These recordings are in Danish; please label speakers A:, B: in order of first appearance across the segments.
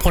A: Prøv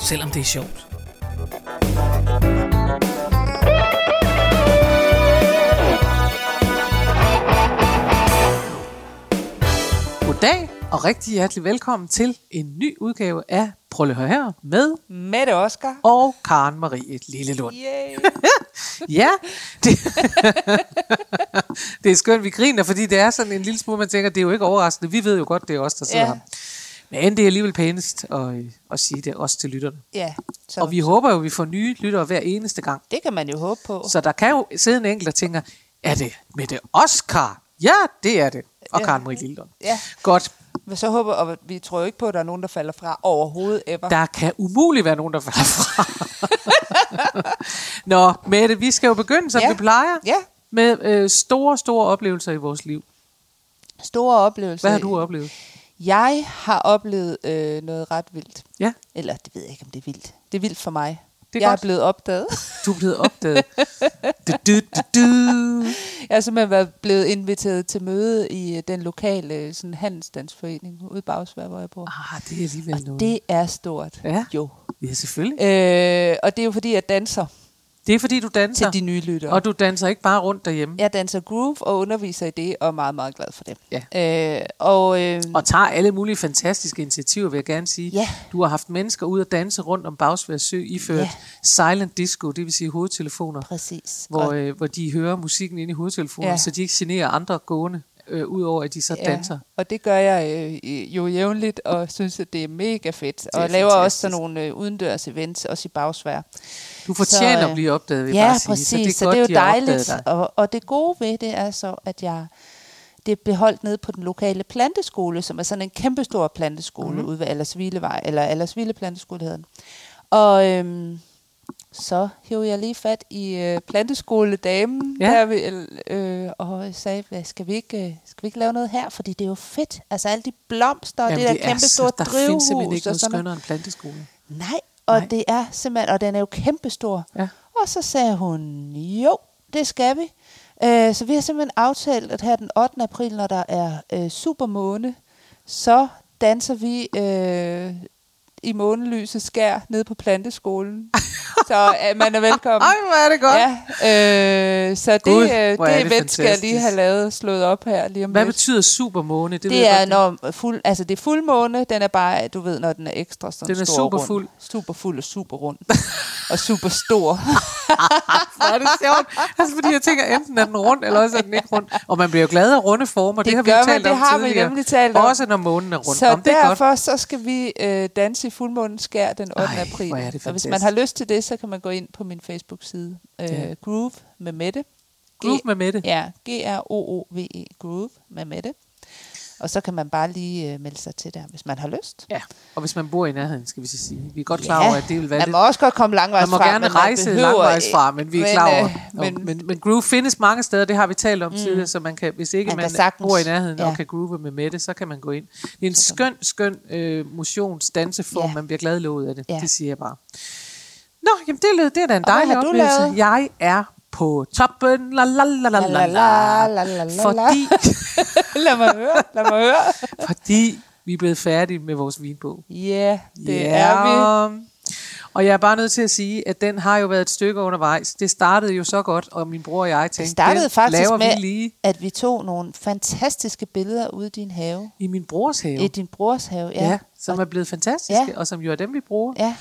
A: selvom det er sjovt. Goddag og rigtig hjertelig velkommen til en ny udgave af Prøv lige at høre her med
B: Mette Oscar.
A: og Karen Marie Lillelund.
B: Yay.
A: Ja, det, det er skønt, vi griner, fordi det er sådan en lille smule, man tænker, det er jo ikke overraskende. Vi ved jo godt, det er os, der sidder
B: Ja.
A: her. Men det er alligevel pænest at, øh, at sige det også til lytterne.
B: ja, så
A: Og vi håber jo, at vi får nye lyttere hver eneste gang.
B: det kan man jo håbe på.
A: Så der kan jo sidde en enkelt og tænker, er det med det Oscar? Ja, det er det. Og
B: Ja.
A: Karen Marie Lillelund.
B: Ja.
A: Godt.
B: Men så håber, og vi tror jo ikke på, at der er nogen, der falder fra overhovedet ever.
A: Der kan umuligt være nogen, der falder fra. Nå, Mette, vi skal jo begynde, som ja.
B: Ja.
A: vi plejer.
B: Ja.
A: Med øh, store, store oplevelser i vores liv.
B: Store oplevelser.
A: Hvad har du oplevet?
B: Jeg har oplevet øh, noget ret vildt.
A: Ja,
B: Eller det ved jeg ikke, om det er vildt. Det er vildt for mig.
A: Det er
B: jeg
A: godt.
B: er blevet opdaget.
A: du er blevet opdaget. du, du, du, du.
B: Jeg har simpelthen været blevet inviteret til møde i øh, den lokale sådan, handelsdansforening ude i Bagsvær, hvor jeg bor.
A: Ah, det er alligevel noget.
B: Det er stort.
A: Ja.
B: Jo.
A: Ja, selvfølgelig.
B: Øh, og det er jo fordi, jeg danser
A: Det er fordi, du danser.
B: til de nye lyttere.
A: Og du danser ikke bare rundt derhjemme.
B: Jeg danser groove og underviser i det, og er meget, meget glad for det. Øh, og, øh,
A: Og tager alle mulige fantastiske initiativer, vil jeg gerne sige.
B: Ja.
A: Du har haft mennesker ud at danse rundt om Bagsvær Sø, iført
B: Ja.
A: silent disco, det vil sige hovedtelefoner,
B: præcis.
A: hvor,
B: og,
A: øh, hvor de hører musikken inde i hovedtelefonen, ja.
B: Ja.
A: så de ikke generer andre gående, øh, udover at de så ja. danser.
B: og det gør jeg øh, jo jævnligt, og synes, at det er mega fedt.
A: er
B: og laver også
A: fantastisk.
B: sådan nogle øh, udendørs events, også i bagsvær.
A: Du fortjener
B: Så,
A: så,
B: øh,
A: at blive opdaget, vil jeg
B: Ja,
A: bare sige.
B: præcis,
A: så det er,
B: så
A: godt,
B: det er
A: de
B: jo
A: har opdaget
B: dejligt.
A: Dig.
B: Og, og det gode ved det er så, at jeg det er beholdt nede på den lokale planteskole, som er sådan en kæmpestor planteskole
A: Mhm.
B: mm. ude ved Allersvillevej, eller Allersville planteskole hedder den. Og øhm, så hævde jeg lige fat i øh, planteskoledamen,
A: Ja.
B: ja. der ved, øh, og sagde, "Hvad, skal vi, ikke, øh, skal vi ikke lave noget her? Fordi det er jo fedt. Altså alle de blomster, og det
A: Jamen,
B: der
A: det er
B: kæmpe
A: så-
B: store
A: Der findes
B: drivhus.
A: simpelthen ikke
B: og
A: noget
B: sådan noget.
A: skønnere end planteskole.
B: Nej, og
A: Nej.
B: Nej. det er simpelthen, og den er jo kæmpestor.
A: Ja.
B: Og så sagde hun, jo, det skal vi. Øh, så vi har simpelthen aftalt, at her den 8. april, når der er øh, supermåne, så danser vi øh, i månelyset skær nede på planteskolen. så øh, man er velkommen.
A: Ej, hvor er det godt. Ja.
B: Ja, øh, så det,
A: Gud,
B: øh,
A: hvor er
B: det,
A: det
B: event skal jeg lige
A: fantastisk.
B: have lavet slået op her lige om
A: Hvad
B: lidt.
A: betyder supermåne? Det, ved
B: Det
A: jeg
B: er,
A: godt,
B: når fuld, altså det er fuldmåne, den er bare, du ved, når den er ekstra sådan
A: Den er
B: stor og
A: superfuld.
B: Rund. Super fuld og super rund. og super stor.
A: Hvor er det sjovt. Altså, fordi jeg tænker, enten er den rund, eller også er den ikke rund. Og man bliver jo glad af runde former. Det,
B: Det
A: har vi
B: gør
A: jo
B: man,
A: talt
B: det
A: om
B: har vi
A: tidligere.
B: nemlig talt om.
A: Også når månen er rundt.
B: så
A: Om, det er godt.
B: derfor så skal vi øh, danse i fuldmånen skær den 8.
A: Ej,
B: april.
A: hvor er det
B: og hvis man
A: fantastisk.
B: har lyst til det, så kan man gå ind på min Facebook-side. Øh,
A: Ja.
B: Groove med Mette. G-
A: Groove med Mette.
B: Ja, G-R-O-O-V-E, E, Groove med Mette. Og så kan man bare lige øh, melde sig til der, hvis man har lyst.
A: Ja. Og hvis man bor i nærheden, skal vi så sige. Vi er godt klar over, at det vil være
B: man
A: lidt...
B: må også godt komme langvejs
A: Man må
B: fra,
A: gerne
B: men man
A: rejse
B: behøver
A: langvejs
B: ikke-
A: fra, men vi er klar over.
B: øh,
A: Men, men,
B: men,
A: men, men groove findes mange steder, det har vi talt om mm. tidligere, så man kan, hvis ikke
B: Man
A: man,
B: kan
A: man
B: sagtens,
A: bor i nærheden ja. og
B: ja.
A: kan groove med Mette, så kan man gå ind. Det er en skøn, skøn øh, motionsdanseform, ja.
B: Ja.
A: man bliver glad lovet af det, ja.
B: Ja.
A: det siger jeg bare. Nå, jamen det, lød- det er da en
B: Og hvad
A: dejlig
B: har du
A: oplevelse.
B: lavet?
A: Jeg er på toppen, la la la la la la,
B: La, la, la, la, la, la.
A: fordi,
B: lad mig høre, lad mig høre.
A: fordi vi er blevet færdige med vores vinbog.
B: Ja, yeah, det
A: Ja.
B: er vi.
A: Og jeg er bare nødt til at sige, at den har jo været et stykke undervejs. Det startede jo så godt, og min bror og jeg tænkte,
B: Det startede
A: den
B: faktisk
A: laver
B: med,
A: vi lige
B: at vi tog nogle fantastiske billeder ude i din have.
A: i min brors have.
B: I din brors have, ja.
A: ja, som er blevet fantastiske, ja.
B: Ja.
A: og som jo er dem, vi bruger.
B: ja.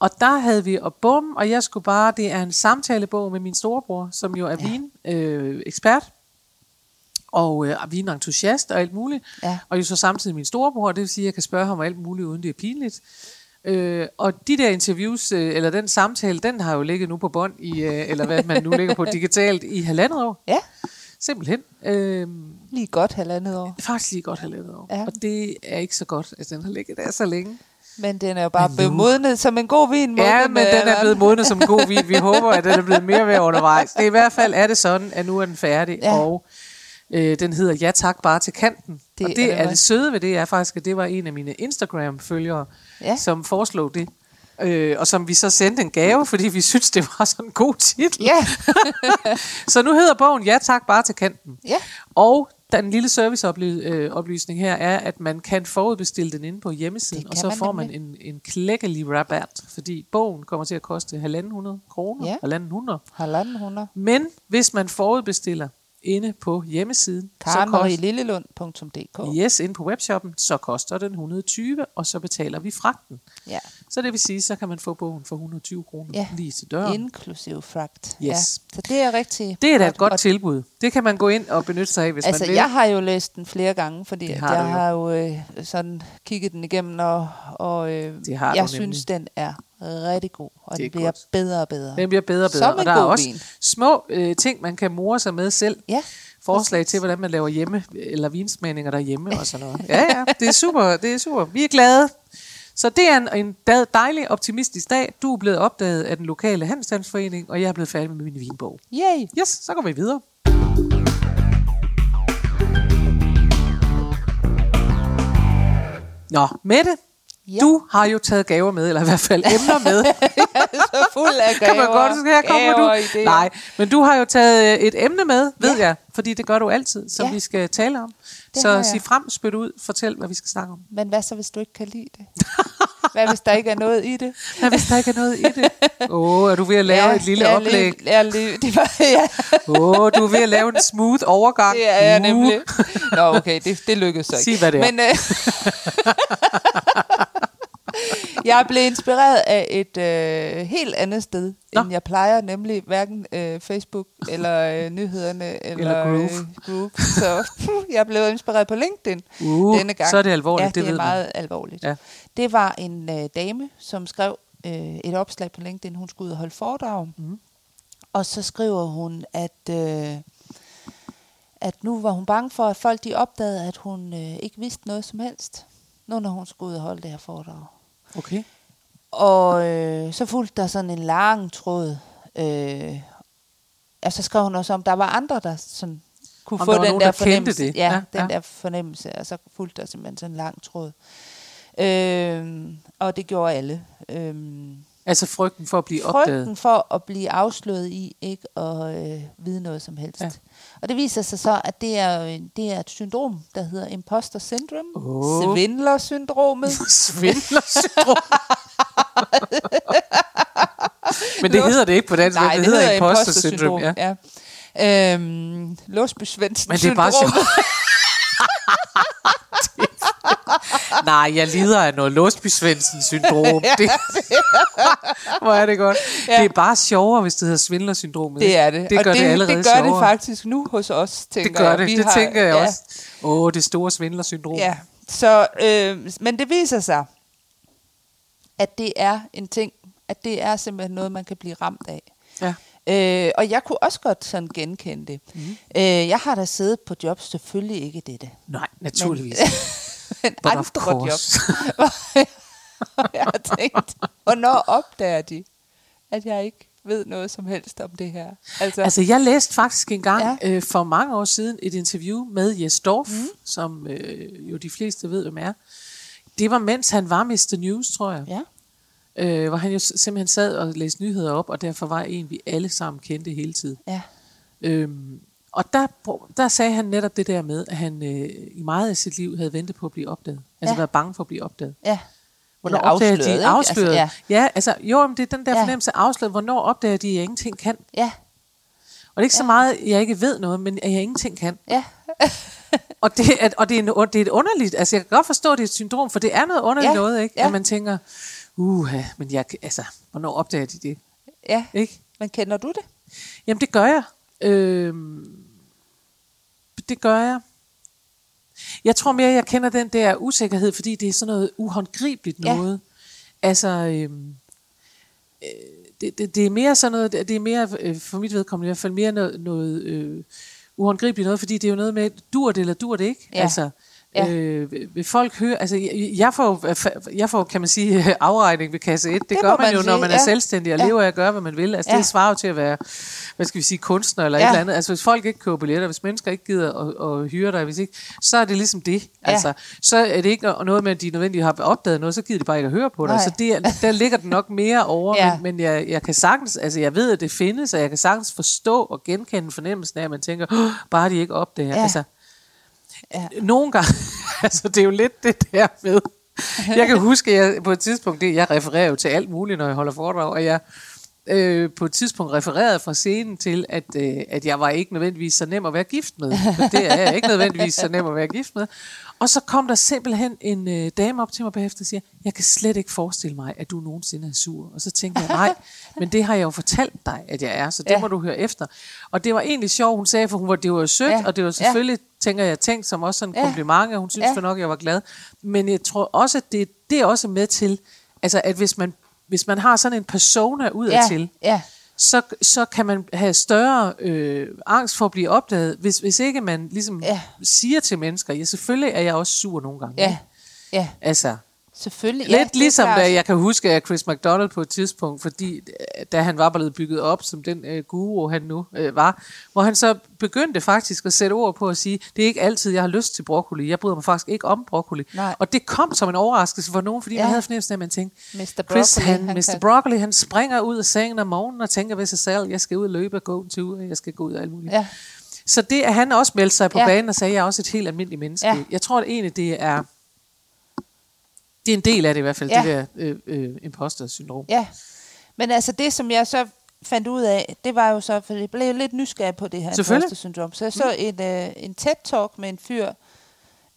A: Og der havde vi, og bum, og jeg skulle bare, det er en samtalebog med min storebror, som jo er ja. vinekspert, og øh, er vinentusiast og alt muligt.
B: Ja.
A: Og jo så samtidig min storebror, det vil sige, at jeg kan spørge ham om alt muligt, uden det er pinligt. Øh, og de der interviews, øh, eller den samtale, den har jo ligget nu på bånd, i, øh, eller hvad man nu ligger på digitalt, i halvandet år.
B: ja,
A: Simpelthen. Øh,
B: lige godt halvandet år.
A: faktisk lige godt halvandet år.
B: Ja.
A: Og det er ikke så godt, at den har ligget der så længe.
B: Men den er jo bare
A: Men
B: blevet
A: nu-
B: modnet som en god vin.
A: Ja,
B: modnet med
A: men den er
B: alderen.
A: blevet modnet som en god vin. Vi håber, at den er blevet mere værd undervejs. Det er I hvert fald er det sådan, at nu er den færdig,
B: Ja.
A: ja. og øh, den hedder Ja tak, bare til kanten. Det
B: Det
A: og
B: er det
A: det er,
B: godt.
A: det søde ved det er faktisk, at det var en af mine Instagram-følgere,
B: Ja.
A: ja. som foreslog det. Øh, og som vi så sendte en gave, fordi vi synes det var sådan en god titel.
B: Ja.
A: så nu hedder bogen Ja tak, bare til kanten.
B: Ja.
A: Og den lille serviceoplysning her er, at man kan forudbestille den inde på hjemmesiden,
B: Det
A: og
B: kan
A: så
B: man
A: får man
B: nemlig.
A: en, en klækkelig rabat, fordi bogen kommer til at koste 1.500 kroner.
B: Ja.
A: 1.500.
B: Halvanden hundrede.
A: Men hvis man forudbestiller inde på hjemmesiden, så koster,
B: KarenMarieLillelund.dk
A: yes, inde på webshoppen, så koster den 120, og så betaler vi fragten.
B: Ja.
A: Så det vil sige, så kan man få bogen for 120 kroner
B: Ja.
A: lige til døren.
B: Inklusiv fragt. Ja.
A: Yes.
B: Så det er rigtig
A: det er da et godt
B: og-
A: tilbud. Det kan man gå ind og benytte sig af, hvis
B: Altså,
A: man vil.
B: jeg har jo læst den flere gange, fordi
A: Det
B: har
A: har
B: jeg
A: du jo.
B: har jo øh, sådan kigget den igennem, og, og øh,
A: Det har du
B: jeg
A: nemlig.
B: synes, den er rigtig god, og
A: Det
B: den
A: er
B: bliver
A: godt.
B: bedre og bedre.
A: Den bliver bedre og bedre.
B: Som en
A: og der er
B: god
A: også
B: vin.
A: små øh, ting, man kan more sig med selv.
B: Ja,
A: Forslag til, hvordan man laver hjemme, eller vinsmagninger derhjemme og sådan noget. Ja, ja, det er super, det er super. Vi er glade. Så det er en, en da- dejlig, optimistisk dag. Du er blevet opdaget af den lokale handelsstandsforening, og jeg er blevet færdig med min vinbog.
B: Yay!
A: Yes, så går vi videre. Nå, Mette,
B: Ja.
A: ja. du har jo taget gaver med, eller i hvert fald emner med.
B: Så fuld af gaver.
A: kan man godt sige, her kommer
B: gaver,
A: du.
B: Idéer.
A: Nej, men du har jo taget øh, et emne med, ved
B: Ja.
A: ja. jeg, fordi det gør du altid, som
B: Ja.
A: ja. vi skal tale om.
B: Det har jeg.
A: så sig frem, spyt ud, fortæl, hvad vi skal snakke om.
B: Men hvad så, hvis du ikke kan lide det? Hvad hvis der ikke er noget i det?
A: Hvad hvis der ikke er noget i det? Åh, oh, er du ved at lave ja, et lille
B: jeg
A: oplæg?
B: Lev, jeg lev, det var, ja,
A: Åh, oh, du er ved at lave en smooth overgang.
B: det er jeg
A: Uh.
B: nemlig. Nå, okay, det, det lykkedes så
A: Sig,
B: ikke.
A: hvad det er.
B: Men, øh, jeg blev inspireret af et øh, helt andet sted,
A: Nå.
B: Nå. end jeg plejer, nemlig hverken øh, Facebook eller øh, nyhederne eller,
A: Eller Groove.
B: Øh, Groove. Så jeg blev inspireret på LinkedIn
A: Uh,
B: denne gang.
A: så er det alvorligt,
B: ja,
A: det
B: det er
A: ved man.
B: meget alvorligt.
A: Ja.
B: Det var en øh, dame, som skrev øh, et opslag på LinkedIn, hun skulle ud og holde foredrag. Mm. Og så skriver hun, at, øh, at nu var hun bange for, at folk de opdagede, at hun øh, ikke vidste noget som helst, nu når hun skulle ud og holde det her foredrag.
A: Okay.
B: Og øh, så fulgte der sådan en lang tråd. Øh, og så skrev hun også om, der var andre, der sådan kunne
A: Om
B: få
A: der
B: den
A: var
B: der,
A: nogen, der kendte
B: fornemmelse.
A: det.
B: Ja,
A: Ja,
B: den
A: ja.
B: der fornemmelse. Og så fulgte der simpelthen sådan en lang tråd. Øh, og det gjorde alle. Øh,
A: Altså frygten for at blive opdaget.
B: frygten for at blive afsløret i ikke at øh, vide noget som helst. Ja.
A: Ja.
B: Og det viser sig så, at det er, jo en- det er et syndrom, der hedder imposter syndrome,
A: Åh.
B: svindlersyndromet.
A: Svindlersyndrom. Men det
B: Lås-
A: hedder det ikke på dansk.
B: Nej,
A: det, hedder imposter syndrom.
B: imposter-syndrom,
A: Ja.
B: ja. ja. Øhm, Låsby Svendsen
A: Men det er bare
B: syndrom.
A: sjovt. Nej, jeg lider af noget Låsby Svendsen syndrom. Det, hvor er det godt.
B: Ja.
A: Ja. Det er bare sjovere, hvis det hedder svindlersyndromet.
B: Det er det.
A: Det
B: og
A: gør det, det allerede
B: det gør
A: sjovere.
B: det faktisk nu hos os, tænker
A: Det gør
B: jeg.
A: det,
B: Vi
A: det
B: har-
A: tænker jeg
B: ja,
A: også. Åh, oh, det store svindlersyndrom.
B: Ja, så, øh, men det viser sig, at det er en ting, at det er simpelthen noget, man kan blive ramt af.
A: ja.
B: Øh, og jeg kunne også godt sådan genkende det. Mm.
A: Mhm.
B: Øh, jeg har da siddet på job, selvfølgelig ikke dette.
A: Nej, naturligvis.
B: Men
A: But of
B: andre job.
A: course.
B: Og jeg har tænkt, hvornår opdager de, at jeg ikke ved noget som helst om det her? Altså, altså
A: Altså, jeg læste faktisk engang
B: Ja.
A: ja. øh, for mange år siden et interview med Jes Dorf, mm. som øh, jo de fleste ved, hvem er. Det var mens han var Mr. News, tror jeg.
B: ja.
A: Øh, hvor han jo s- simpelthen sad og læste nyheder op, og derfor var en, vi alle sammen kendte hele tiden.
B: ja.
A: Øhm, og der, br- der sagde han netop det der med, at han øh, i meget af sit liv havde ventet på at blive opdaget. Altså
B: Ja.
A: ja. været bange for at blive opdaget.
B: Ja.
A: Hvornår
B: Eller
A: opdager
B: afsløret,
A: de
B: ikke?
A: afsløret?
B: Altså,
A: Altså, ja. ja, altså jo, men det er den der
B: Ja.
A: fornemmelse af afsløret. Hvornår opdager de, at jeg ingenting kan?
B: ja,
A: Og det er ikke ja. så
B: Ja.
A: meget, at jeg ikke ved noget, men at jeg ingenting kan.
B: ja,
A: Og, det, at, og det, er en, det er et underligt, altså jeg kan godt forstå, at det er et syndrom, for det er noget underligt
B: Ja,
A: ja. noget, ikke?
B: ja.
A: Ja. At man tænker, uha, men jeg, kan- altså, hvornår opdager de det?
B: ja.
A: Ikke?
B: Men kender du det?
A: Jamen, det gør jeg. Øhm, det gør jeg. Jeg tror mere, jeg kender den der usikkerhed, fordi det er sådan noget uhåndgribeligt
B: Ja.
A: noget. Altså, øhm, øh, det, det, det er mere sådan noget, det er mere, øh, for mit vedkommende i hvert fald, mere noget, noget øh, uhåndgribeligt noget, fordi det er jo noget med, dur det eller dur det ikke?
B: Ja.
A: Altså,
B: Ja.
A: Ja. Øh, folk hører, altså jeg, jeg, får, jeg får, kan man sige, afregning ved kasse 1. Det, det
B: Det
A: gør
B: må
A: man,
B: man
A: jo, når
B: sige,
A: man ja. er
B: ja.
A: selvstændig og
B: Ja.
A: lever af at gøre, hvad man vil. Altså ja.
B: Ja.
A: det svarer jo til at være, hvad skal vi sige, kunstner eller ja.
B: Ja.
A: et eller andet. Altså hvis folk ikke køber billetter, hvis mennesker ikke gider at, at hyre dig, hvis ikke, så er det ligesom det.
B: Ja.
A: Altså, så er det ikke noget med, at de nødvendigvis har opdaget noget, så gider de bare ikke at høre på dig.
B: Nej.
A: Så det, er- der ligger den nok mere over,
B: Ja.
A: ja. men, men jeg, jeg kan sagtens, altså jeg ved, at det findes, og jeg kan sagtens forstå og genkende fornemmelsen af, at man tænker, oh, bare de ikke opdager.
B: Ja.
A: Ja. Altså,
B: Ja.
A: nogle gange, altså det er jo lidt det der med, jeg kan huske, at jeg på et tidspunkt, det, jeg refererer jo til alt muligt, når jeg holder foredrag, og jeg øh, på et tidspunkt refererede fra scenen til, at, øh, at jeg var ikke nødvendigvis så nem at være gift med. For det er jeg ikke nødvendigvis så nem at være gift med. Og så kom der simpelthen en øh, dame op til mig bagefter og siger, jeg kan slet ikke forestille mig, at du nogensinde er sur. Og så tænkte jeg, nej, men det har jeg jo fortalt dig, at jeg er, så det
B: Ja.
A: ja. må du høre efter. Og det var egentlig sjovt, hun sagde, for hun var, det var jo sødt,
B: Ja.
A: ja. og det var
B: Ja.
A: selvfølgelig selvfølgelig tænker jeg tænkt som også sådan en
B: Ja.
A: ja. kompliment, og hun synes
B: Ja.
A: ja. for nok, at jeg var glad. Men jeg tror også, at det, det er også med til, altså at hvis man, hvis man har sådan en persona udadtil, ja.
B: ja,
A: så, så kan man have større øh, angst for at blive opdaget, hvis, hvis ikke man ligesom
B: Ja.
A: ja. siger til mennesker, ja selvfølgelig er jeg også sur nogle gange.
B: ja,
A: ikke?
B: ja,
A: Altså,
B: selvfølgelig. ja,
A: Lidt
B: det er
A: ligesom
B: klart.
A: da jeg kan huske at Chris McDonald på et tidspunkt, fordi øh, da han var blevet bygget op som den øh, guru, han nu øh, var, hvor han så begyndte faktisk at sætte ord på at sige, det er ikke altid, jeg har lyst til broccoli. Jeg bryder mig faktisk ikke om broccoli.
B: Nej.
A: Og det kom som en overraskelse for nogen, fordi ja.
B: Ja.
A: man havde fornemmelsen af, at man tænkte,
B: Mr.
A: Chris,
B: Broccoli,
A: han,
B: han
A: han Mr.
B: kan-
A: Broccoli, han springer ud af sengen om morgenen og tænker ved sig selv, jeg skal ud og løbe og gå en tur, jeg skal gå ud og alt muligt.
B: Ja.
A: Så det, at han også meldte sig på
B: Ja.
A: ja. banen og sagde, jeg er også et helt almindeligt menneske.
B: Ja.
A: Ja. Jeg tror at egentlig, det er det er en del af det i hvert fald,
B: Ja.
A: ja. det der øh, øh, imposter-syndrom.
B: Ja, men altså det, som jeg så fandt ud af, det var jo så, for jeg blev lidt nysgerrig på det her
A: Selvfølgelig. Mm.
B: imposter-syndrom. Så jeg så en, øh, en TED-talk med en fyr,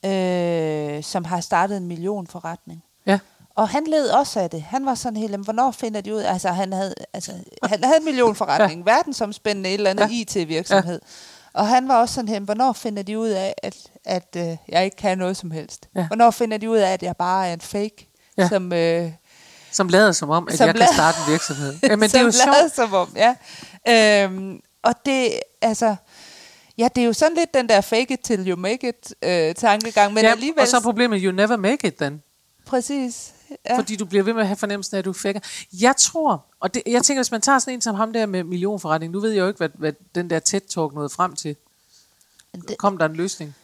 B: øh, som har startet en millionforretning.
A: Ja.
B: Og han led også af det. Han var sådan helt, "Jamen, hvornår finder de ud? Altså, han havde, altså, han havde en millionforretning, ja. verdensomspændende et eller andet ja. IT-virksomhed. Og han var også sådan her, hvornår finder de ud af, at, at øh, jeg ikke kan noget som helst? Ja.
A: Ja.
B: Hvornår finder de ud af, at jeg bare er en fake, ja.
A: Ja.
B: som... Øh,
A: Som lader som om, at
B: Som
A: jeg
B: lader-
A: kan starte en virksomhed. Ja, men det
B: som
A: er jo
B: lader
A: sjovt.
B: som om, ja. Øhm, og det, altså... Ja, det er jo sådan lidt den der fake it till you make it øh, tankegang, men ja,
A: Ja,
B: alligevel...
A: og så er problemet, you never make it then.
B: præcis. Ja.
A: Ja. Fordi du bliver ved med at have fornemmelsen af, at du fækker. Jeg tror, og det, jeg tænker, hvis man tager sådan en som ham der med millionforretning, nu ved jeg jo ikke, hvad, hvad den der TED-talk nåede frem til.
B: Det-
A: Kom der en løsning?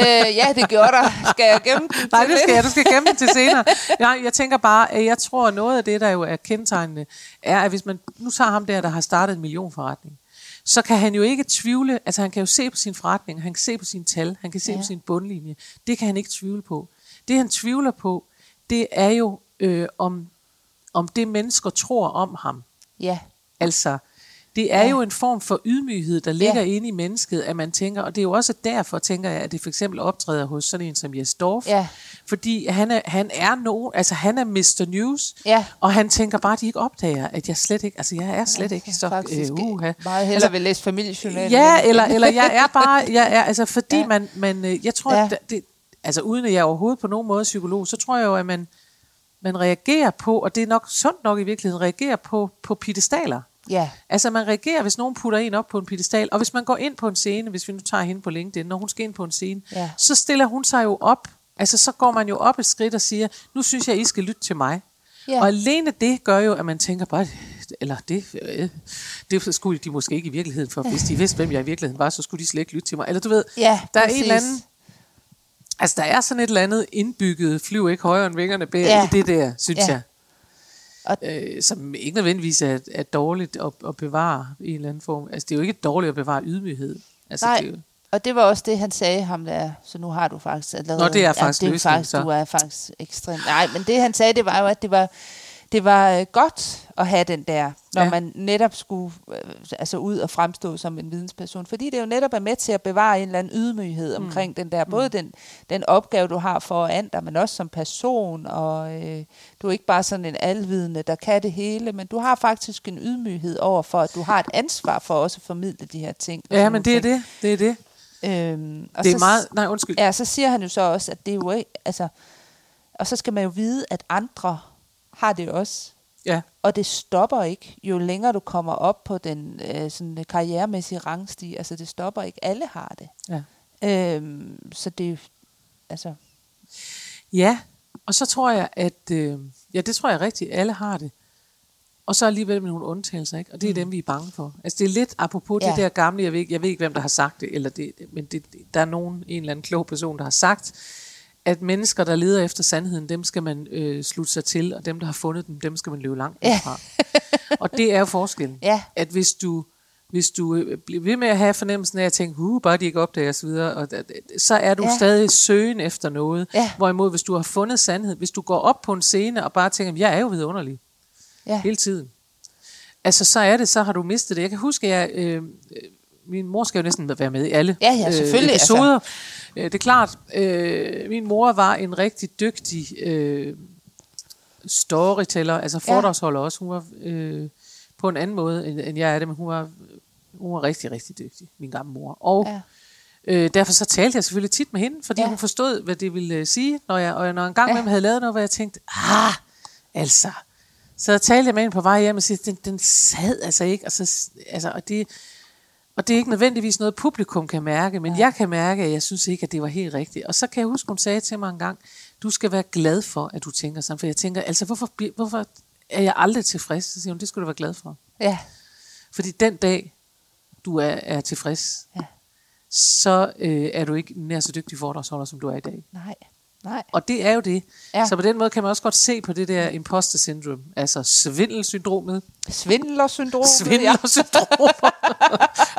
B: øh, ja, det gjorde der. Skal jeg gemme den
A: Nej, det
B: til lidt?
A: skal jeg. Du skal gemme den til senere. Nej, jeg tænker bare, at jeg tror, at noget af det, der jo er kendetegnende, er, at hvis man nu tager ham der, der har startet en millionforretning, så kan han jo ikke tvivle, altså han kan jo se på sin forretning, han kan se på sine tal, han kan se ja.
B: Ja.
A: på sin bundlinje. Det kan han ikke tvivle på. Det han tvivler på, det er jo øh, om, om det mennesker tror om ham.
B: Ja.
A: Altså, det er ja. jo en form for ydmyghed, der ligger
B: Ja.
A: ja. inde i mennesket, at man tænker, og det er jo også derfor, tænker jeg, at det for eksempel optræder hos sådan en som Jes Dorf,
B: Ja.
A: fordi han er, han er no, altså han er Mr. News,
B: Ja.
A: og han tænker bare, at de ikke opdager, at jeg slet ikke, altså jeg er slet ikke så
B: faktisk
A: øh, uha.
B: meget
A: altså,
B: hellere altså, vil læse familiejournalen.
A: Ja,
B: end-
A: eller, eller jeg er bare, jeg er, altså fordi
B: Ja.
A: ja. man, man, øh, jeg tror,
B: Ja.
A: ja. at det, altså uden at jeg er overhovedet på nogen måde er psykolog, så tror jeg jo, at man, man reagerer på, og det er nok sundt nok i virkeligheden, reagerer på, på pedestaler.
B: Ja,
A: Altså man reagerer, hvis nogen putter en op på en pedestal, og hvis man går ind på en scene, hvis vi nu tager hende på LinkedIn, når hun skal ind på en scene,
B: Ja.
A: så stiller hun sig jo op. Altså så går man jo op et skridt og siger, nu synes jeg, I skal lytte til mig.
B: Ja.
A: Og alene det gør jo, at man tænker bare, eller det, øh, det skulle de måske ikke i virkeligheden, for hvis de vidste, hvem jeg i virkeligheden var, så skulle de slet ikke lytte til mig. Eller du ved,
B: ja
A: der er
B: præcis.
A: en eller anden Altså, der er sådan et eller andet indbygget, flyv ikke højere end vingerne bag,
B: Ja.
A: ja. i det der, synes
B: Ja.
A: ja. jeg.
B: Og-
A: Og øh, som ikke nødvendigvis er, er dårligt at, at bevare i en eller anden form. Altså, det er jo ikke dårligt at bevare ydmyghed. Altså,
B: Nej,
A: Det er jo,
B: og det var også det, han sagde ham der, så nu har du faktisk allerede...
A: Nå, det er faktisk
B: det er jo
A: løsningen,
B: faktisk,
A: så.
B: Du er faktisk ekstremt... Nej, men det han sagde, det var jo, at det var, det var øh, godt at have den der, når ja.
A: Ja.
B: man netop skulle øh, altså ud og fremstå som en vidensperson. Fordi det jo netop er med til at bevare en eller anden ydmyghed
A: Mm.
B: omkring den der, både den, den opgave, du har foran dig, men også som person, og øh, du er ikke bare sådan en alvidende, der kan det hele, men du har faktisk en ydmyghed over for, at du har et ansvar for også at formidle de her ting.
A: ja,
B: og sådan
A: men
B: nogle
A: det er
B: ting.
A: det. Det er det.
B: Øhm, og
A: det
B: så-
A: er meget... Nej, undskyld.
B: Ja, så siger han jo så også, at det er jo ikke, altså, og så skal man jo vide, at andre har det også.
A: Ja.
B: Og det stopper ikke, jo længere du kommer op på den øh, sådan karrieremæssige rangstige. Altså, det stopper ikke. Alle har det.
A: ja.
B: Øhm, så det, altså,
A: Ja, og så tror jeg, at... Øh, ja, det tror jeg rigtigt, alle har det. Og så alligevel med nogle undtagelser, ikke? Og det er mm. dem, vi er bange for. Altså, det er lidt apropos ja.
B: Ja.
A: det der gamle, jeg ved, ikke, jeg ved ikke, hvem der har sagt det, eller det, men det, der er nogen, en eller anden klog person, der har sagt, at mennesker, der leder efter sandheden, dem skal man øh, slutte sig til, og dem, der har fundet dem, dem skal man løbe langt væk fra. og det er jo forskellen.
B: Ja.
A: At hvis du, hvis du øh, bliver ved med at have fornemmelsen af at tænke, uh, bare de ikke opdager osv., og, d- d- så er du ja.
B: Ja.
A: stadig søgen efter noget.
B: Ja.
A: Hvorimod, hvis du har fundet sandhed, hvis du går op på en scene og bare tænker, jeg er jo vidunderlig,
B: ja.
A: hele tiden. Altså, så er det, så har du mistet det. Jeg kan huske, at jeg, øh, øh, min mor skal jo næsten være med i alle
B: Ja, ja, selvfølgelig,
A: øh,
B: altså.
A: episoder. Altså. Øh, det er klart, øh, min mor var en rigtig dygtig øh, storyteller, altså
B: Ja.
A: foredragsholder også. Hun var øh, på en anden måde, end, end jeg er det, men hun var, hun var rigtig, rigtig dygtig, min gamle mor. Og ja.
B: Ja.
A: Øh, derfor så talte jeg selvfølgelig tit med hende, fordi ja.
B: Ja.
A: hun forstod, hvad det ville øh, sige, når jeg, og jeg, når jeg en gang ja. med havde lavet noget, hvor jeg tænkte, ah, altså. Så talte jeg med hende på vej hjem og siger, den, den sad altså ikke. Og, så, altså, og, det, og det er ikke nødvendigvis noget, publikum kan mærke, men ja. jeg kan mærke, at jeg synes ikke, at det var helt rigtigt. Og så kan jeg huske, hun sagde til mig en gang, du skal være glad for, at du tænker sådan. For jeg tænker, altså hvorfor, bliver- hvorfor er jeg aldrig tilfreds? Så siger hun, det skulle du være glad for.
B: ja.
A: Fordi den dag, du er, er tilfreds, ja.
B: Ja.
A: så øh, er du ikke nær så dygtig foredragsholder, som du er i dag.
B: Nej, nej.
A: Og det er jo det. Ja.
B: Ja.
A: Så på den måde kan man også godt se på det der imposter syndrome, altså svindelsyndromet,
B: Svindlersyndrom.
A: svindlersyndromet,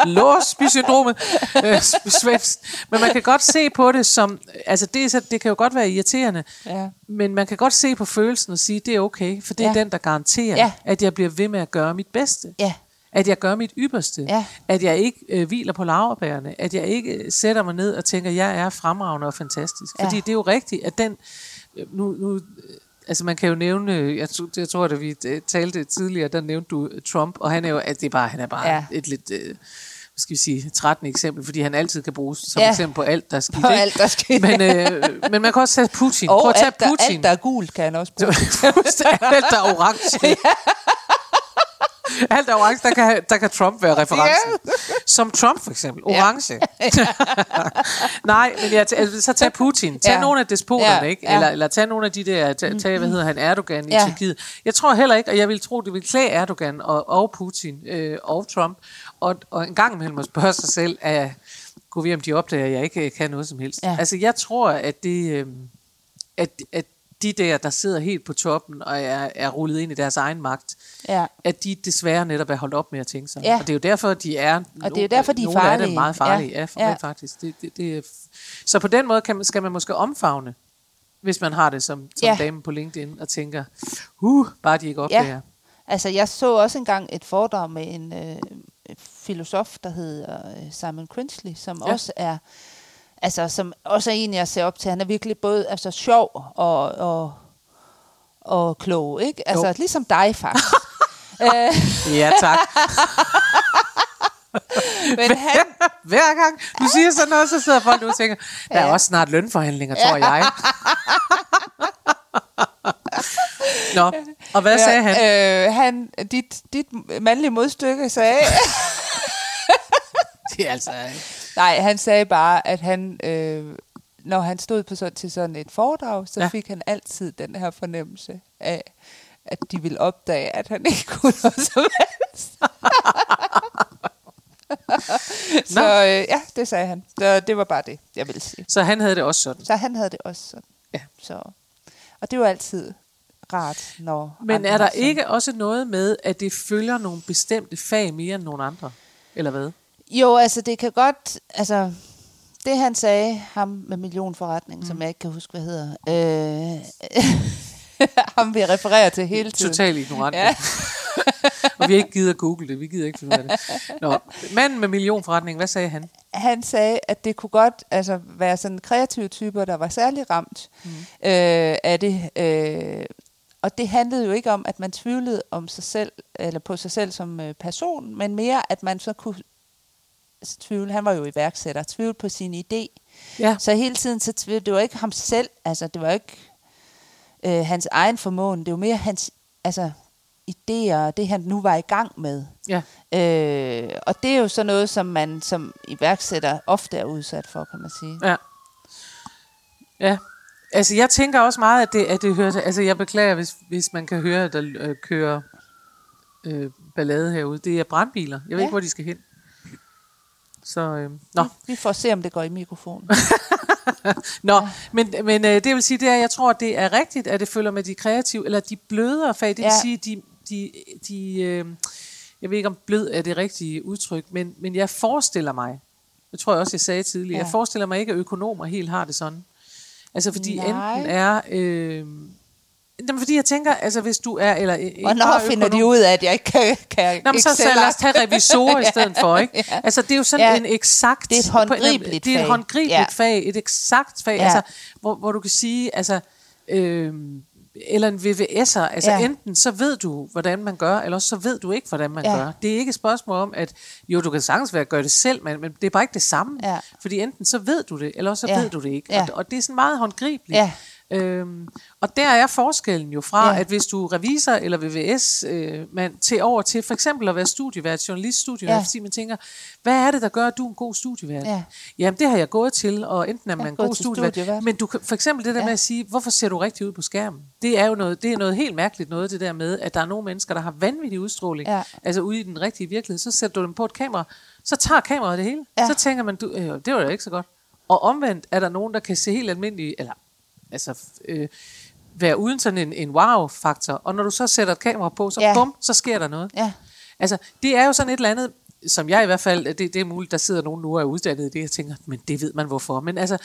A: låsby-syndromet, øh, sv- svensk. men man kan godt se på det som, altså det, er så, det kan jo godt være irriterende,
B: Ja.
A: men man kan godt se på følelsen og sige, det er okay, for det er ja.
B: Ja.
A: den, der garanterer, ja.
B: Ja.
A: at jeg bliver ved med at gøre mit bedste.
B: Ja.
A: At jeg gør mit ypperste.
B: Ja.
A: At jeg ikke øh, hviler på laverbærene. At jeg ikke øh, sætter mig ned og tænker, at jeg er fremragende og fantastisk. Fordi
B: Ja.
A: det er jo rigtigt, at den... øh, Nu, nu, øh, altså man kan jo nævne... øh, Jeg, tro- jeg tror, da vi øh, talte tidligere, der nævnte du øh, Trump, og han er jo... At det er bare, han er bare
B: Ja.
A: et lidt... Øh, hvad skal vi sige, trættende eksempel, fordi han altid kan bruges som
B: Ja.
A: eksempel på alt, der er skidt.
B: På
A: ikke?
B: alt, der er skidt,
A: Men, øh, men man kan også tage Putin. Prøv
B: Og
A: at tage
B: alt, der,
A: Putin.
B: alt, der er gult, kan han også bruge.
A: Fuldstændig. alt der er orange. Alt er orange, der kan, der kan Trump være referencen. Som Trump for eksempel. Orange. Nej, men ja, t- altså, så tag Putin. Tag
B: Ja.
A: nogle af despoterne,
B: Ja,
A: ikke?
B: ja. Mm.
A: Eller, eller tag nogle af de der, tag, tag hvad hedder han, Erdogan i
B: Ja.
A: Tyrkiet. Jeg tror heller ikke, og jeg vil tro, det vil klæde Erdogan og, og Putin øh, og Trump. Og, og en gang imellem at spørge sig selv, at gå ved, om de opdager, at jeg ikke øh, kan noget som helst.
B: Ja.
A: Altså, jeg tror, at det... Øh, at, at de der, der sidder helt på toppen og er, er rullet ind i deres egen magt,
B: Ja.
A: at de desværre netop er holdt op med at tænke sig.
B: Ja.
A: Og det er jo derfor, de er, og
B: det er jo derfor, de er
A: nogle af dem
B: farlige.
A: meget farlige. Ja,
B: Ja.
A: ja, for ja.
B: Ja.
A: faktisk. Det, det, det er f- så på den måde kan man, skal man måske omfavne, hvis man har det som, som ja.
B: Ja.
A: dame på LinkedIn, og tænker, huh, bare de ikke opdager. Ja.
B: Ja. Altså, jeg så også engang et foredrag med en øh, filosof, der hedder øh, Simon Crinsley, som
A: Ja.
B: ja. også er altså, som også er en, jeg ser op til. Han er virkelig både altså, sjov og, og, og klog, ikke? Altså,
A: Jo.
B: jo. ligesom dig, faktisk.
A: ja, tak.
B: Men han,
A: Hver gang du siger sådan noget, så sidder folk nu og tænker, der er
B: Ja.
A: også snart lønforhandlinger, tror jeg. Nå, og hvad sagde han?
B: Øh, han dit, dit mandlige modstykke sagde...
A: Det er altså...
B: nej, han sagde bare, at han... Øh, når han stod på sådan, til sådan et foredrag, så
A: Ja.
B: ja. fik han altid den her fornemmelse af, at de ville opdage, at han ikke kunne noget som helst. så øh, ja, det sagde han. Så det var bare det, jeg ville sige.
A: Så han havde det også sådan.
B: Så han havde det også sådan.
A: Ja.
B: Så. Og det var altid rart, når
A: Men
B: andre
A: er der
B: har sådan-
A: ikke også noget med, at det følger nogle bestemte fag mere end nogle andre? Eller hvad?
B: Jo, altså det kan godt, altså det han sagde, ham med millionforretningen, mm. som jeg ikke kan huske, hvad hedder, øh, ham vi refererer til hele tiden.
A: Totalt ignorant. Ja.
B: Ja.
A: og vi har ikke givet at google det. Vi gider ikke finde ud af det. Nå, manden med millionforretning, hvad sagde han?
B: Han sagde, at det kunne godt altså, være sådan kreative typer, der var særlig ramt mm. øh, af det. Øh, og det handlede jo ikke om, at man tvivlede om sig selv, eller på sig selv som øh, person, men mere, at man så kunne s- tvivle, han var jo iværksætter, tvivle på sin idé.
A: Ja.
B: Så hele tiden, så tv- det var ikke ham selv, altså det var ikke øh, hans egen formåen, det var mere hans altså, idéer, og det han nu var i gang med.
A: ja.
B: Øh, og det er jo sådan noget, som man som iværksætter ofte er udsat for, kan man sige.
A: Ja. Ja. Altså, jeg tænker også meget, at det, at det hører til... Altså, jeg beklager, hvis, hvis man kan høre, at der øh, kører øh, ballade herude. Det er brandbiler. Jeg ved
B: Ja.
A: ikke, hvor de skal hen. Så, øh, nå.
B: Vi får se, om det går i mikrofonen.
A: Nå, ja. men, men øh, det jeg vil sige, det er, jeg tror, det er rigtigt, at det følger med de kreative, eller de blødere fag. Det vil
B: Ja.
A: sige, de, de, de øh, jeg ved ikke, om blød er det rigtige udtryk, men, men jeg forestiller mig, det tror jeg også, jeg sagde tidligere, ja.
B: Ja.
A: jeg forestiller mig ikke, at økonomer helt har det sådan. Altså, fordi
B: Nej.
A: Nej. enten er... Øh, jamen, fordi jeg tænker, altså, hvis du er... Eller, ikke
B: Hvornår
A: bare
B: finder de
A: økonom-
B: ud af, at jeg ikke kan, kan
A: Nå, men så, så lad os tage revisorer i stedet for, ikke?
B: Ja.
A: Altså, det er jo sådan
B: Ja.
A: ja. en eksakt...
B: Det er et
A: på en eller anden-
B: håndgribeligt
A: Det er et
B: fag.
A: håndgribeligt
B: Ja.
A: ja. fag, et eksakt fag,
B: Ja.
A: ja. altså, hvor, hvor du kan sige, altså... Øhm, eller en VVS'er, altså
B: Ja.
A: ja. enten så ved du, hvordan man gør, eller også så ved du ikke, hvordan man
B: Ja.
A: ja. gør. Det er ikke et spørgsmål om, at jo, du kan sagtens være at gøre det selv, men, men det er bare ikke det samme.
B: Ja.
A: Fordi enten så ved du det, eller også så
B: Ja.
A: ved du det ikke.
B: Ja.
A: Og, og det er sådan meget håndgribeligt.
B: Ja.
A: Øhm, og der er forskellen jo fra,
B: Ja.
A: ja. at hvis du er revisor eller VVS-mand øh, mand, til over til for eksempel at være studievært, journaliststudievært,
B: Ja.
A: ja. fordi man tænker, hvad er det, der gør, at du er en god studievært?
B: Ja.
A: Jamen, det har jeg gået til, og enten er man
B: har
A: en
B: gået
A: god
B: til
A: studievært,
B: studievært.
A: studievært, men du kan, for eksempel det der
B: Ja.
A: ja. med at sige, hvorfor ser du rigtig ud på skærmen? Det er jo noget, det er noget helt mærkeligt noget, det der med, at der er nogle mennesker, der har vanvittig udstråling,
B: Ja.
A: altså ude i den rigtige virkelighed, så sætter du dem på et kamera, så tager kameraet det hele,
B: Ja.
A: så tænker man, du, øh, det var da ikke så godt. Og omvendt er der nogen, der kan se helt almindelige, eller altså øh, være uden sådan en, en wow-faktor, og når du så sætter et kamera på, så
B: Ja.
A: ja. bum, så sker der noget.
B: Ja.
A: Altså, det er jo sådan et eller andet, som jeg i hvert fald, det, det er muligt, der sidder nogen nu og er uddannet i det, jeg tænker, men det ved man hvorfor. Men altså,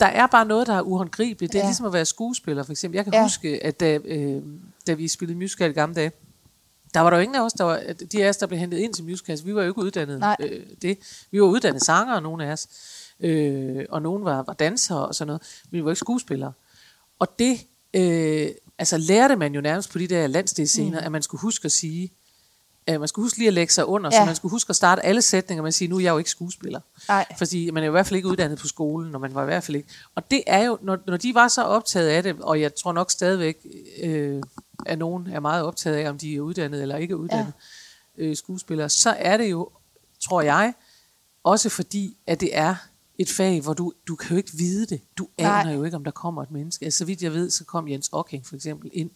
A: der er bare noget, der er uhåndgribeligt. Det er
B: Ja.
A: ja. ligesom at være skuespiller, for eksempel. Jeg kan
B: Ja.
A: ja. huske, at da, øh, da vi spillede musical i gamle dage, der var der jo ingen af os, der var, at de af os, der blev hentet ind til musicals. Vi var jo ikke uddannet
B: Nej.
A: øh, det. Vi var uddannet sangere, nogle af os. Øh, og nogle var, var dansere og sådan noget. Men vi var ikke skuespillere. Og det øh, altså, lærte man jo nærmest på de der landsdelsscener, mm. at man skulle huske at sige, øh, man skulle huske lige at lægge sig under, ja.
B: Ja.
A: så man skulle huske at starte alle sætninger med at sige, nu er jeg jo ikke skuespiller.
B: Nej.
A: Fordi man er jo i hvert fald ikke uddannet på skolen, og man var i hvert fald ikke. Og det er jo, når, når de var så optaget af det, og jeg tror nok stadigvæk, øh, at nogen er meget optaget af, om de er uddannet eller ikke er uddannet ja. øh, skuespillere, så er det jo, tror jeg, også fordi, at det er et fag, hvor du, du kan jo ikke vide det. Du
B: Nej.
A: aner jo ikke, om der kommer et menneske. Altså, så vidt jeg ved, så kom Jens Ocking for eksempel ind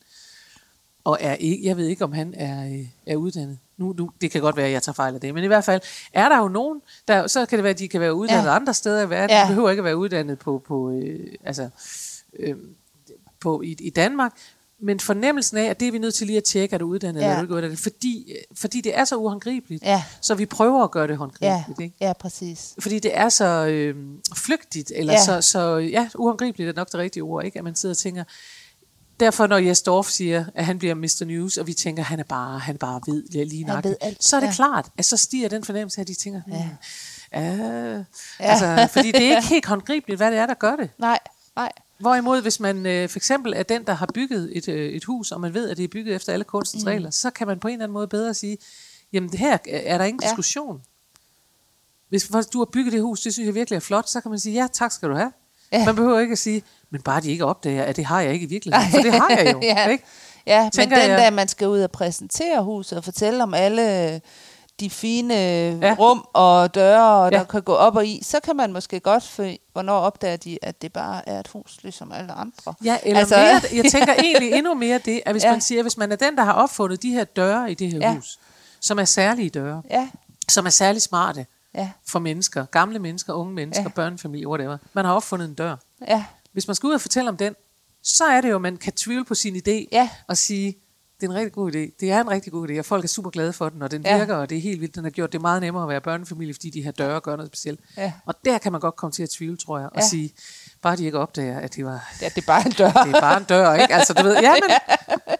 A: og er ikke, jeg ved ikke, om han er, øh, er uddannet. Nu, nu, det kan godt være, at jeg tager fejl af det, men i hvert fald er der jo nogen, der, så kan det være, at de kan være uddannet
B: Ja.
A: ja. andre steder i verden. Ja.
B: Ja.
A: De behøver ikke at være uddannet på, på, øh, altså, øh, på i, i Danmark. Men fornemmelsen af, at det er vi nødt til lige at tjekke, er du uddannet
B: Ja.
A: ja. eller er du ikke uddannet, fordi, øh, fordi det er så uhåndgribeligt.
B: Ja.
A: Så vi prøver at gøre det
B: Ja.
A: håndgribeligt. Ikke?
B: ja, præcis.
A: Fordi det er så øh, flygtigt, eller
B: Ja.
A: ja. så, så ja, uangribeligt er nok det rigtige ord, ikke? at man sidder og tænker, derfor når Jes Dorf siger, at han bliver Mr. News, og vi tænker, han er bare, han er bare ved ja, lige
B: Han
A: nøjagtigt,
B: ved alt,
A: så er det
B: ja.
A: ja. klart, at så stiger den fornemmelse, at de tænker, hmm, ja. Øh, altså, fordi det er ikke helt håndgribeligt, hvad det er, der gør det.
B: Nej, nej.
A: Hvorimod, hvis man øh, for eksempel er den, der har bygget et, øh, et hus, og man ved, at det er bygget efter alle kunstens mm. regler, så kan man på en eller anden måde bedre sige, jamen det her øh, er der ingen
B: Ja.
A: ja. diskussion. Hvis folk- du har bygget det hus, det synes jeg virkelig er flot, så kan man sige, ja tak skal du have.
B: Ja.
A: Ja. Man behøver ikke at sige, men bare de ikke opdager, at det har jeg ikke i virkeligheden, for det har jeg jo.
B: ja.
A: ikke?
B: Ja,
A: Tænker
B: men den
A: jeg.
B: der, man skal ud og præsentere huset og fortælle om alle øh, de fine ja.
A: Ja.
B: rum og døre, og ja.
A: Ja.
B: der kan gå op og i, så kan man måske godt finde, hvornår opdager de, at det bare er et hus, ligesom alle andre.
A: Ja, eller
B: Altså-
A: altså, mere, jeg tænker egentlig endnu mere det, at hvis
B: Ja.
A: ja. man siger, hvis man er den, der har opfundet de her døre i det her
B: Ja.
A: ja. hus, som er særlige døre,
B: Ja,
A: som er særlig smarte,
B: ja,
A: for mennesker, gamle mennesker, unge mennesker,
B: Ja.
A: ja. børnefamilier, whatever. Man har opfundet en dør.
B: ja,
A: Hvis man skal ud og fortælle om den, så er det jo, at man kan tvivle på sin idé
B: Ja.
A: og sige, det er en rigtig god idé. Det er en rigtig god idé, og folk er super glade for den, og den
B: Ja.
A: virker, og det er helt vildt, den har gjort det meget nemmere at være børnefamilie, fordi de her døre gør noget specielt.
B: Ja.
A: Og der kan man godt komme til at tvivle, tror jeg, og
B: Ja.
A: sige, bare de ikke opdager, at det var
B: ja, det er bare en dør.
A: det er bare en dør, ikke? Altså, du ved, ja, men...
B: Ja.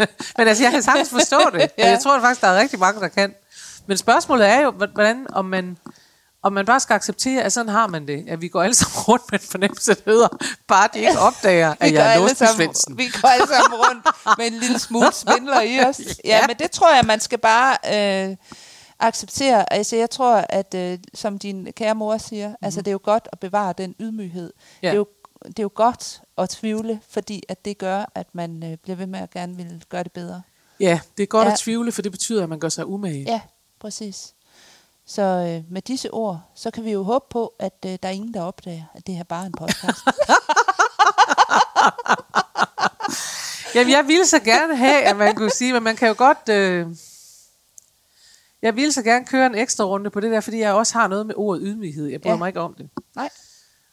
A: ja. men altså, jeg kan sagtens forstå det.
B: Ja.
A: ja. Jeg tror faktisk, der er rigtig mange, der kan. Men spørgsmålet er jo, hvordan, om man, om man bare skal acceptere, at sådan har man det. At vi går alle sammen rundt med en fornemmelse, der hedder, bare de ikke opdager, at
B: Vi går,
A: jeg er
B: alle
A: låst med
B: sammen,
A: Svendsen.
B: vi går alle sammen rundt med en lille smule svindler i os. Ja, ja. men det tror jeg, man skal bare øh, acceptere. Altså, jeg tror, at øh, som din kære mor siger, mm-hmm. altså, det er jo godt at bevare den ydmyghed. Ja.
A: Mhm. Ja.
B: Det, er jo, det er jo godt at tvivle, fordi at det gør, at man øh, bliver ved med at gerne vil gøre det bedre.
A: Ja, det er godt
B: Ja.
A: ja. at tvivle, for det betyder, at man gør sig umage.
B: Ja, præcis. Så øh, med disse ord, så kan vi jo håbe på, at øh, der er ingen, der opdager, at det her bare er en podcast.
A: Jamen, jeg ville så gerne have, at man kunne sige, men man kan jo godt... Øh, jeg ville så gerne køre en ekstra runde på det der, fordi jeg også har noget med ordet ydmyghed. Jeg bryder ja.
B: Ja.
A: mig ikke om det.
B: Nej.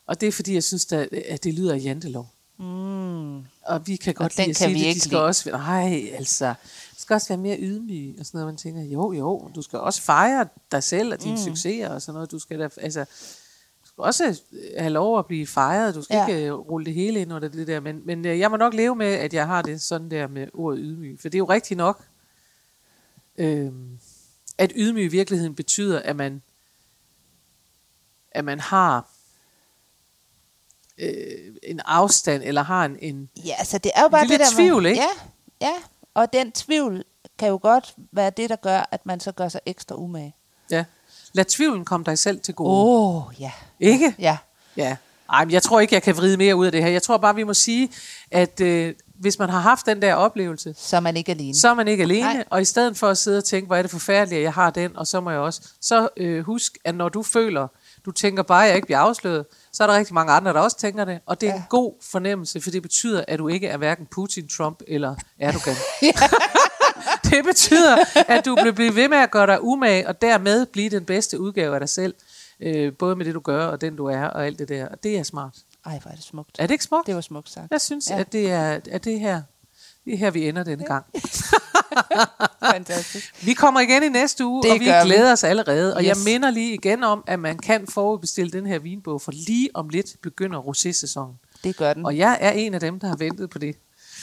A: Og det er fordi, jeg synes, at, at det lyder af jantelov.
B: Mm.
A: Og vi kan godt
B: den
A: lide at
B: kan
A: sige
B: vi
A: det.
B: ikke
A: de skal
B: lide.
A: også, nej, altså, du skal også være mere ydmyg, og sådan noget, man tænker, jo, jo, du skal også fejre dig selv og dine mm. succeser og sådan noget, du skal da, altså, du skal også øh, have lov at blive fejret, du skal ja.
B: Ja.
A: ikke øh, rulle det hele ind under det der, men, men øh, jeg må nok leve med, at jeg har det sådan der med ordet ydmyg, for det er jo rigtigt nok, øh, at ydmyg i virkeligheden betyder, at man, at man har øh, en afstand, eller har en, en
B: Ja, altså det er jo bare
A: Det er
B: det,
A: lidt
B: der med-
A: tvivl, ikke?
B: Ja, ja, og den tvivl kan jo godt være det, der gør, at man så gør sig ekstra umage.
A: Ja. Lad tvivlen komme dig selv til gode. Oh.
B: Åh, oh, ja.
A: Ikke?
B: Ja,
A: Ja. Ej, men jeg tror ikke, jeg kan vride mere ud af det her. Jeg tror bare, vi må sige, at øh, hvis man har haft den der oplevelse,
B: så er man ikke alene.
A: Mm. så er man ikke alene, Nej.
B: Nej.
A: og i stedet for at sidde og tænke, hvor er det forfærdeligt, at jeg har den, og så må jeg også, så øh, husk, at når du føler, du tænker bare, at jeg ikke bliver afsløret, så er der rigtig mange andre, der også tænker det, og det er ja. en
B: Ja.
A: god fornemmelse, for det betyder, at du ikke er hverken Putin, Trump eller Erdogan. det betyder, at du bliver blive ved med at gøre dig umage, og dermed blive den bedste udgave af dig selv, øh, både med det, du gør, og den, du er, og alt det der, og det er smart.
B: Ej, hvor er det smukt.
A: Er det ikke smukt?
B: Det var smukt sagt.
A: Jeg synes, ja.
B: Ja.
A: at det er, at det er her, det er her, vi ender denne gang.
B: Fantastisk.
A: Vi kommer igen i næste uge, det
B: Det
A: og vi
B: gør vi.
A: glæder vi. os allerede. Og yes. jeg
B: Yes.
A: minder lige igen om, at man kan forudbestille den her vinbog, for lige om lidt begynder rosé-sæsonen.
B: Det gør den.
A: Og jeg er en af dem, der har ventet på det.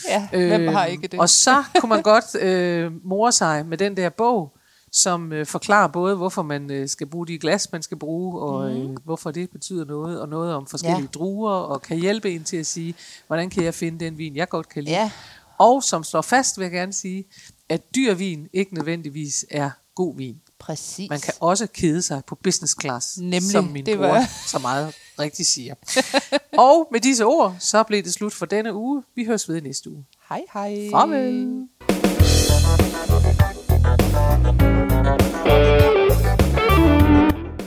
B: Ja, øh, hvem har ikke det?
A: Øhm, Og så kunne man godt øh, more sig med den der bog, som øh, forklarer både, hvorfor man øh, skal bruge de glas, man skal bruge, og øh, hvorfor det betyder noget, og noget om forskellige ja.
B: Mhm. Ja.
A: druer, og kan hjælpe en til at sige, hvordan kan jeg finde den vin, jeg godt kan lide.
B: Ja.
A: Og som står fast, vil jeg gerne sige, at dyr vin ikke nødvendigvis er god vin.
B: Præcis.
A: Man kan også kede sig på business class,
B: Nemlig,
A: som min
B: det
A: bror
B: var-
A: så meget rigtig siger. og med disse ord, så blev det slut for denne uge. Vi høres ved i næste uge.
B: Hej, hej.
A: Farvel!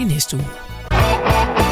A: i næste uge.